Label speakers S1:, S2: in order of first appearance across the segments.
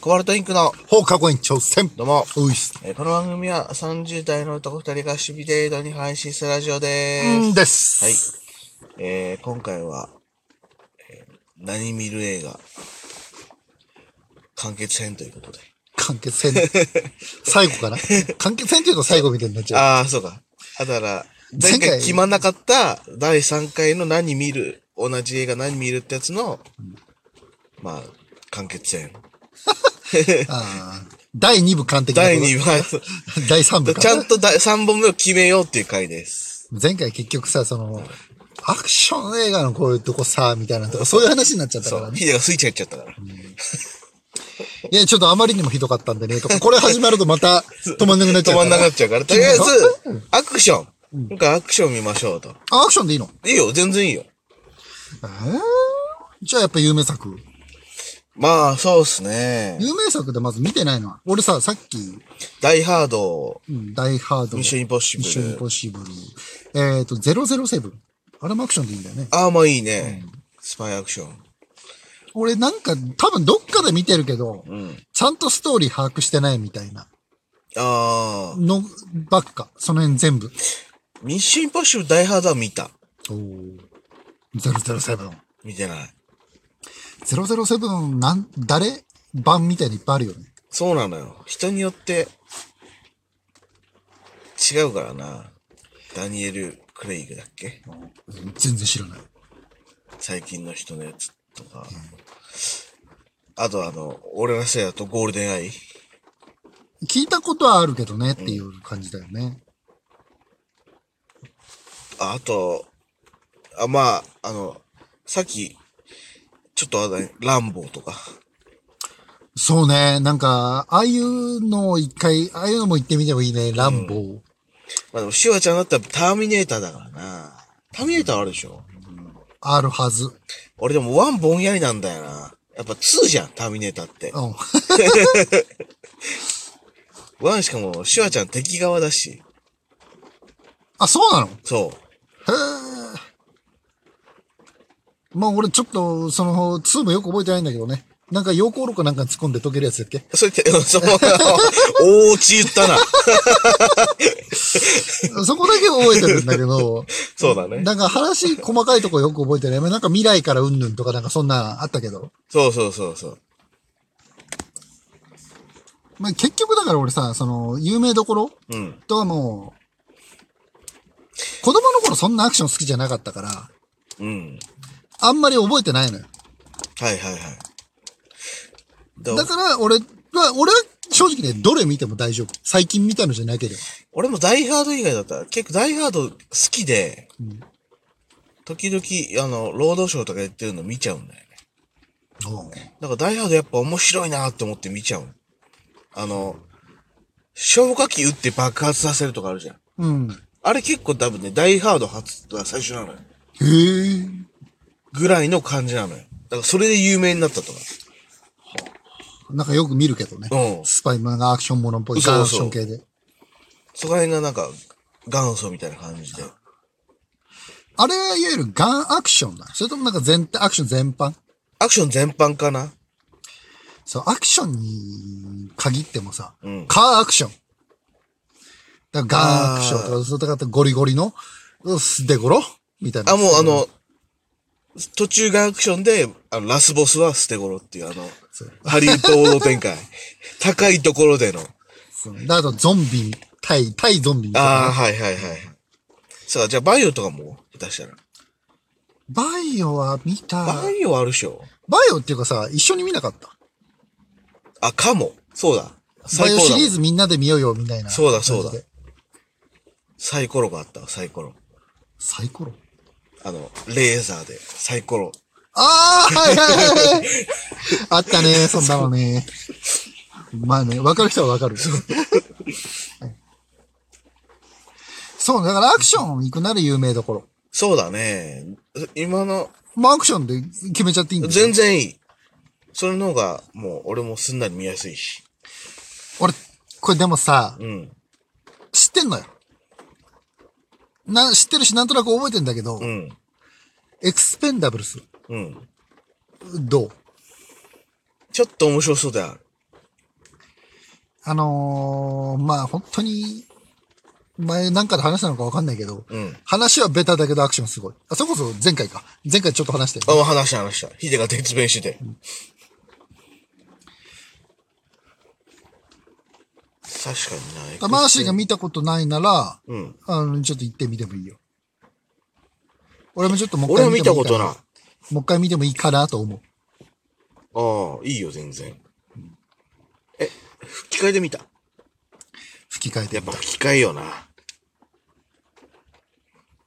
S1: コバルトインクの、
S2: 放課後に挑戦
S1: どうも、
S2: ういっす。
S1: えーこの番組は30代の男2人が趣味程度に配信するラジオで
S2: ん
S1: す。
S2: です。
S1: はい。えー今回は、えー何見る映画、完結編ということで。
S2: 完結編。最後 かな完結編っていうと最後みたいになっちゃう。
S1: ああ、そうか。だから、前
S2: 前回
S1: 回決まんなかった第3回の何見る、同じ映画何見るってやつの、まあ、完結編。
S2: あー第2部完璧
S1: 第2話、
S2: 部。第3部か。
S1: ちゃんと3本目を決めようっていう回です。
S2: 前回結局さ、その、アクション映画のこういうとこさ、みたいなとか、そういう話になっちゃった
S1: そ
S2: から
S1: う。
S2: ね。
S1: ヒデがスイッチ入っちゃったから。
S2: いや、ちょっとあまりにもひどかったんでね、とか、これ始まるとま た止まんなくなっちゃ
S1: 止
S2: う
S1: ま
S2: から。
S1: んなくなっ ちゃうから。とりあえず
S2: 決め、
S1: アクション。今回アクション見ましょうと。
S2: あ、アクションでいいの
S1: いいよ、全然いいよ。
S2: えーじゃあやっぱ有名作。
S1: まあ、そうっすね。
S2: 有名作でまず見てないのは、俺さ、さっき、
S1: ダイハード、
S2: うん、ダイハード。
S1: ミッションインポッシブル
S2: ミッションインポッシブル。えっ、ー、と、007。あれもアクションでいいんだよね。
S1: ああ、まあいいね。スパイアクション。
S2: 俺なんか、多分どっかで見てるけど、ちゃんとストーリー把握してないみたいな
S1: ああ、
S2: のばっか。その辺全部。
S1: ミッションインポッシブル、ダイハードは見た。
S2: おー007。
S1: 見てない。
S2: 007なん、誰版みたいにいっぱいあるよね。
S1: そうなのよ。人によって、違うからな。ダニエル・クレイグだっけ
S2: 全然知らない。
S1: 最近の人のやつとか。あとあの、俺ら世代だとゴールデンアイ。
S2: 聞いたことはあるけどねっていう感じだよね。
S1: ああと、あ、まあ、あの、さっき、ちょっとあれだね、ランボーとか。
S2: そうね。なんか、ああいうのを一回、ああいうのも行ってみてもいいね。ランボー。
S1: まあでも、シュワちゃんだったらターミネーターだからな。ターミネーターあるでしょ
S2: あるはず。
S1: 俺でもワンぼんやりなんだよな。やっぱ2じゃん、ターミネーターって
S2: う。ん。
S1: ワンしかも、シュワちゃん敵側だし。
S2: あ、そうなのへ
S1: そう。
S2: え。まあ俺ちょっと、その、2もよく覚えてないんだけどね。なんか、陽光炉かなんかに突っ込んで溶けるやつだっけ
S1: それって、 その、おーち言ったな。
S2: そこだけ覚えてるんだけど、
S1: そうだね。
S2: なんか話細かいとこよく覚えてない。まあなんか未来からうんぬんとかなんかそんなんあったけど。
S1: そうそうそうそう。
S2: まあ結局だから俺さ、その、有名どころ
S1: うん。
S2: とはもう、子供の頃そんなアクション好きじゃなかったから、
S1: うん。
S2: あんまり覚えてないのよ。
S1: はいはいはい。だ
S2: だから俺は、俺は正直ね、どれ見ても大丈夫。最近見たのじゃなければ。
S1: 俺もダイハード以外だったら、結構ダイハード好きで、時々、あの、ロードショーとかやってるの見ちゃうんだよね。だからダイハードやっぱ面白いなって思って見ちゃう。あの、消火器撃って爆発させるとかあるじゃん。
S2: うん。
S1: あれ結構多分ね、ダイハード初が最初なのよ。
S2: へえ。
S1: ぐらいの感じなのよ。だからそれで有名になったとか。
S2: なんかよく見るけどね。
S1: うん
S2: スパイマンがアクションものっぽい。
S1: そうそう
S2: ガンアクション系で。
S1: そこら辺がなんか、元祖みたいな感じで。
S2: あれはいわゆるガンアクションなのそれともなんか全体、アクション全般
S1: アクション全般かな
S2: そう、アクションに限ってもさ、
S1: うん
S2: カーアクション。だからガンアクションと
S1: あ
S2: か、そうだからゴリゴリの、うっすデゴロみたいな。
S1: あ、もうあの、途中がアクションで、あの、ラスボスは捨て頃っていう、あの、
S2: そう
S1: ハリウッド王道展 開。高いところでの。
S2: そうであとゾンビ、対、対ゾンビみたい
S1: ああ、
S2: な。
S1: はいはいはい。そうか、じゃあバイオとかも、下手したら。
S2: バイオは見た。
S1: バイオあるでしょ。
S2: バイオっていうかさ、一緒に見なかった。
S1: あ、かも。そうだ。サ
S2: バ
S1: イ
S2: イオ
S1: コロ
S2: シ
S1: だも
S2: リー
S1: ん。
S2: ズみんなで見ようよ、みたいな。
S1: そうだそうだ
S2: 感じで。
S1: サイコロがあったわサイコロ。
S2: サイコロ
S1: あの、レーザーで、サイコロ。
S2: ああはいはいはいあったね、そんなのね。まあね、わかる人はわかる。そう、だからアクション行くなら有名どころ。
S1: そうだね。今の、
S2: まあアクションで決めちゃっていいんだよ
S1: 全然いい。それの方が、もう、俺もすんなり見やすいし。
S2: 俺、これでもさ、
S1: うん。
S2: 知ってんのよ。な、知ってるし、なんとなく覚えてんだけど、
S1: うん。
S2: エクスペンダブルス、
S1: うん。
S2: どう
S1: ちょっと面白そうである。
S2: あのー、まあ本当に、前なんかで話したのかわかんないけど、
S1: うん。
S2: 話はベタだけどアクションすごい。あ、それこそ前回か。前回ちょっと話して
S1: あ、話した話した。ヒデが鉄弁してて。確かにない。
S2: マーシーが見たことないなら、
S1: うん。
S2: あの、ちょっと行ってみてもいいよ。俺もちょっともう一
S1: 俺
S2: 回
S1: は見た
S2: も
S1: こ
S2: いいか
S1: とない。あ
S2: もう一回見てもいいかなと思う。
S1: あ、いいよ、全然。え、吹き替えで見た
S2: 吹き替えて
S1: やっ。ぱ吹き替えよな。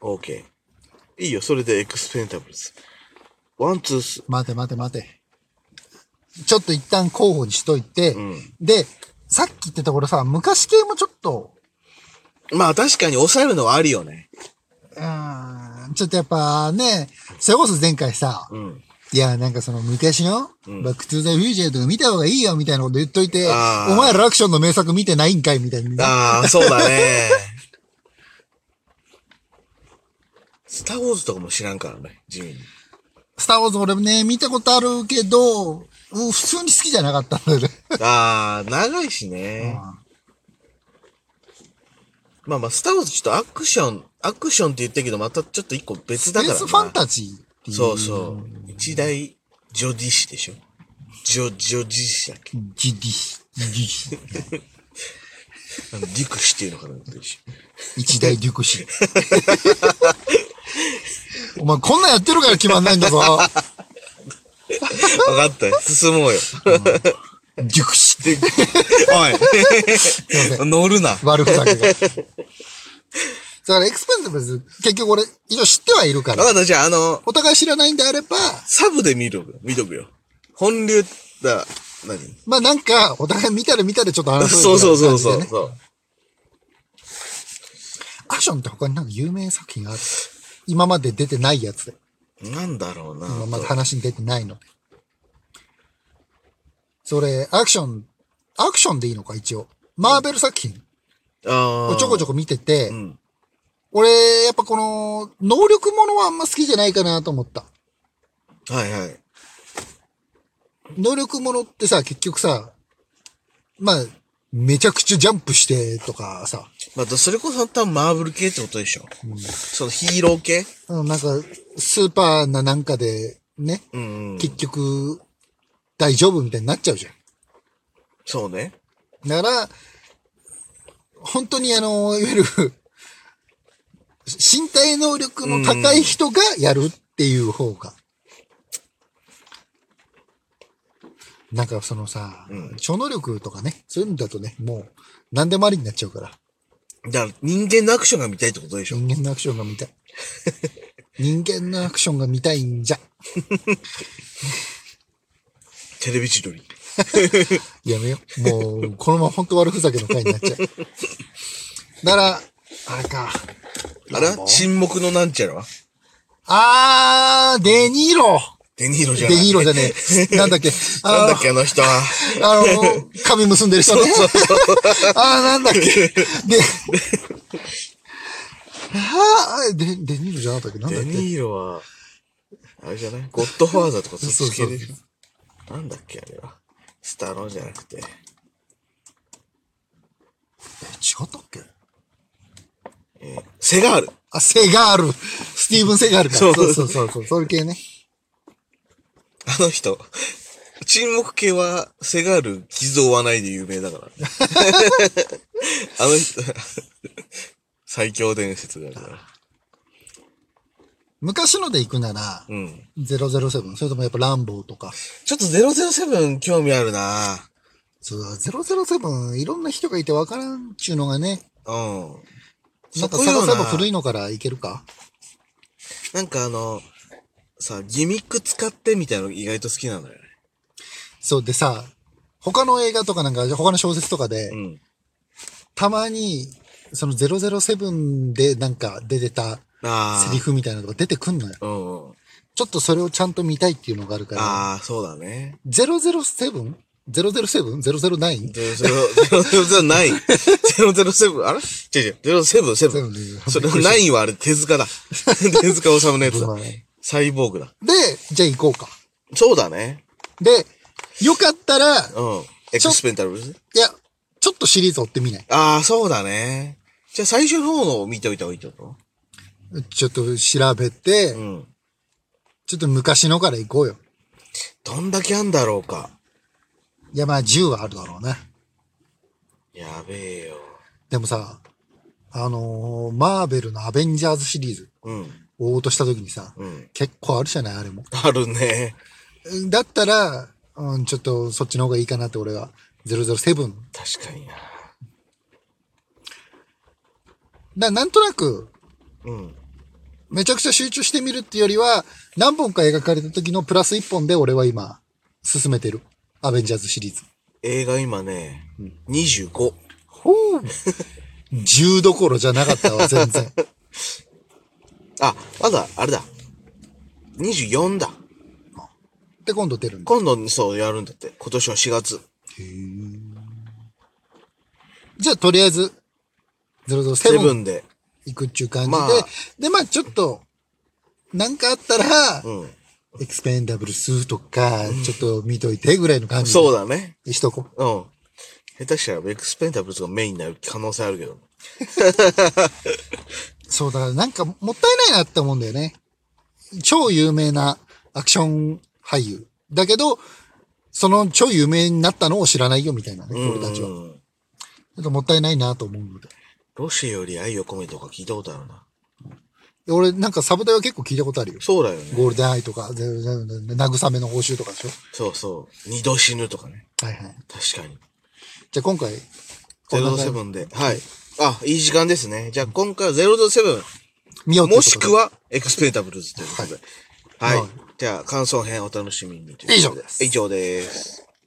S1: OK。いいよ、それでエクスペンタブルズ。ワン、ツー、ス。
S2: 待て待て待て。ちょっと一旦候補にしといて、
S1: ん
S2: で、さっき言ってたこれさ、昔系もちょっと、
S1: まあ確かに抑えるのはあるよね。
S2: うーん、ちょっとやっぱね、それこそ前回さ、
S1: うん。
S2: いや、なんかその昔の、バックトゥーザフューチャーとか見た方がいいよみたいなこと言っといて、
S1: あー
S2: お前らアクションの名作見てないんかいみたいな。
S1: ああ、そうだね。スター・ウォーズとかも知らんからね、地味に。
S2: スターウォーズ俺もね、見たことあるけど、うん普通に好きじゃなかったんだよね。
S1: ああ、長いしね。まあまあ、スター・ウォーズちょっとアクション、アクションって言ったけど、またちょっと一個別だ
S2: ベ
S1: から
S2: ー
S1: な。
S2: スファンタジーっていう。
S1: そうそう。一大、ジョディシでしょ。ジョ、ジョディシだっけ。
S2: ジディシ、ジディシ、
S1: あのディクシっていうのかなってる し。
S2: 一大デュクシ。お前こんなんやってるから決まんないんだぞ。
S1: わかったよ。進もうよ。
S2: デュクシ。
S1: で おい。乗るな。
S2: 悪ふ ざけが。だからエクスペンダブルズ、結局俺、一応知ってはいるか
S1: わ
S2: ら。
S1: かった、じゃあ、あの、
S2: お互い知らないんであれば、
S1: サブで見とく、見とくよ。本流だ、何
S2: まあなんか、お互い見たら見たらちょっと話
S1: そうそうそうそう
S2: う。
S1: そう。
S2: アクションって他になんか有名作品がある。今まで出てないやつで。
S1: なんだろうな。
S2: 今まで話に出てないので。それ、アクション、アクションでいいのか、一応。マーベル作品
S1: あ
S2: を
S1: あ。
S2: ちょこちょ
S1: こ。
S2: こ見てて、
S1: うん。
S2: 俺、やっぱこの、能力ものはあんま好きじゃないかなと思った。
S1: はいはい。
S2: 能力ものってさ、結局さ、まあ、めちゃくちゃジャンプしてとかさ、
S1: また、それこそ多分マーブル系ってことでしょ。そのヒーロー系
S2: うんなんか、スーパーななんかで、ね、
S1: うんうん。
S2: 結局、大丈夫みたいになっちゃうじゃん。
S1: そうね。
S2: だから、本当にあの、いわゆる、身体能力の高い人がやるっていう方が。なんかそのさ、超能力とかね、そういうのだとね、もう何でもありになっちゃうから、
S1: だから、人間のアクションが見たいってことでしょ。
S2: 人間のアクションが見たい。人間のアクションが見たいんじゃ。
S1: テレビ千鳥。
S2: やめよう。もう、このまま本当悪ふざけの回になっちゃう。だから、あれか。
S1: あれは沈黙のなんちゃらは
S2: あー、デニーロ
S1: デニーロじゃな
S2: デ
S1: い。
S2: ニーロじゃねえ。なんだっけ。
S1: なん
S2: あ
S1: だっけ、あの人は。
S2: の、あの、髪結んでる人ね。あー、なんだっけ。で、あー、デデニーロじゃなかったっけなんだっ
S1: デ
S2: け
S1: ニーロは、あれじゃないゴッドファーザーとかそ
S2: そう
S1: っち
S2: そ
S1: 系
S2: う
S1: で。なんだっけ、あれは。スタローンじゃなくて。
S2: え違ったっけ
S1: セガール。
S2: あ、セガール。スティーブン・セガールか。
S1: そう
S2: そうそうそうそう。それ系ね。
S1: あの人。沈黙系は、セガール、傷を負わないで有名だ からね。あの人、最強伝説だから。
S2: 昔ので行くなら、
S1: うん。
S2: 007、それともやっぱランボーとか。
S1: ちょっと007興味あるな
S2: そう、007、いろんな人がいてわからんっちゅうのがね、
S1: うん。
S2: なんか
S1: そこよ
S2: 探
S1: な
S2: せば古いのからいけるか
S1: なんかあの、さ、ギミック使ってみたいなの意外と好きなのよね。
S2: そうでさ、他の映画とかなんか、他の小説とかで、
S1: うん。
S2: たまに、その007でなんか出てた
S1: ああ。
S2: セリフみたいなのが出てくんのよ。
S1: うんうん。
S2: ちょっとそれをちゃんと見たいっていうのがあるから、
S1: ああ、そうだね。
S2: 007?007?009?
S1: 007ない。007、あれ違う違う、007。それ、9はあれ、手塚だ。手塚治虫のやつだ
S2: うまい。
S1: サイボーグだ。
S2: で、じゃあ行こうか。
S1: そうだね。
S2: で、よかったら、
S1: うん。エクスペンタブルズ
S2: いや、ちょっとシリーズ追ってみない。
S1: ああ、そうだね。じゃあ最初の方のを見ておいた方がいいってこ
S2: ちょっと調べて、
S1: とうん。
S2: ちょっと昔のから行こうよ。
S1: どんだけあんだろうか。
S2: いや、まあ10はあるだろうね。
S1: やべえよ。
S2: でもさ、あのーマーベルのアベンジャーズシリーズ
S1: うん。
S2: を追おうとした時にさ、
S1: うん。
S2: 結構あるじゃない、あれも。
S1: あるね。
S2: だったら、うん、ちょっとそっちの方がいいかなって俺は、007。
S1: 確かにな。
S2: だなんとなく、
S1: うん。
S2: めちゃくちゃ集中してみるっていうよりは、何本か描かれた時のプラス1本で俺は今、進めてる。アベンジャーズシリーズ。
S1: 映画今ね、25。
S2: ほう10どころじゃなかったわ、全然。
S1: あ、まだ、あれだ。24だ。
S2: で、今度出るんだ。
S1: 今度、そう、やるんだって。今年は4月。
S2: じゃあ、とりあえず、
S1: セブ
S2: 007
S1: ンで。
S2: 行くっていう感じで、
S1: まあ
S2: で、まあちょっと、なんかあったら、
S1: うん。
S2: エクスペンダブル2とか、ちょっと見といてぐらいの感じ
S1: そうだね。
S2: にしとこ
S1: うん。下手したら、エクスペンダブルズがメインになる可能性あるけど。
S2: う。そうだから、なんかもったいないなって思うんだよね。超有名なアクション俳優。だけど、その超有名になったのを知らないよみたいなね、俺たちは。
S1: う
S2: ち
S1: ん。
S2: ょっともったいないなと思うので。
S1: ロシアより愛を込めとか聞いたことあるな。
S2: で俺なんかサブタイは結構聞いたことあるよ。
S1: そうだよね。
S2: ゴールデンアイとか、ででで慰めの報酬とかでしょ。
S1: そうそう。二度死ぬとかね。
S2: はいはい。
S1: 確かに。
S2: じゃあ今回、こんな感じ
S1: 07で。はい。あ、いい時間ですね。じゃあ今回は007。
S2: 見よう
S1: もしく
S2: は。
S1: は、エクスペンダブルズということで。
S2: は
S1: はいい。
S2: はい
S1: じゃあ、感想編お楽しみにということ。
S2: 以上です
S1: 以上です。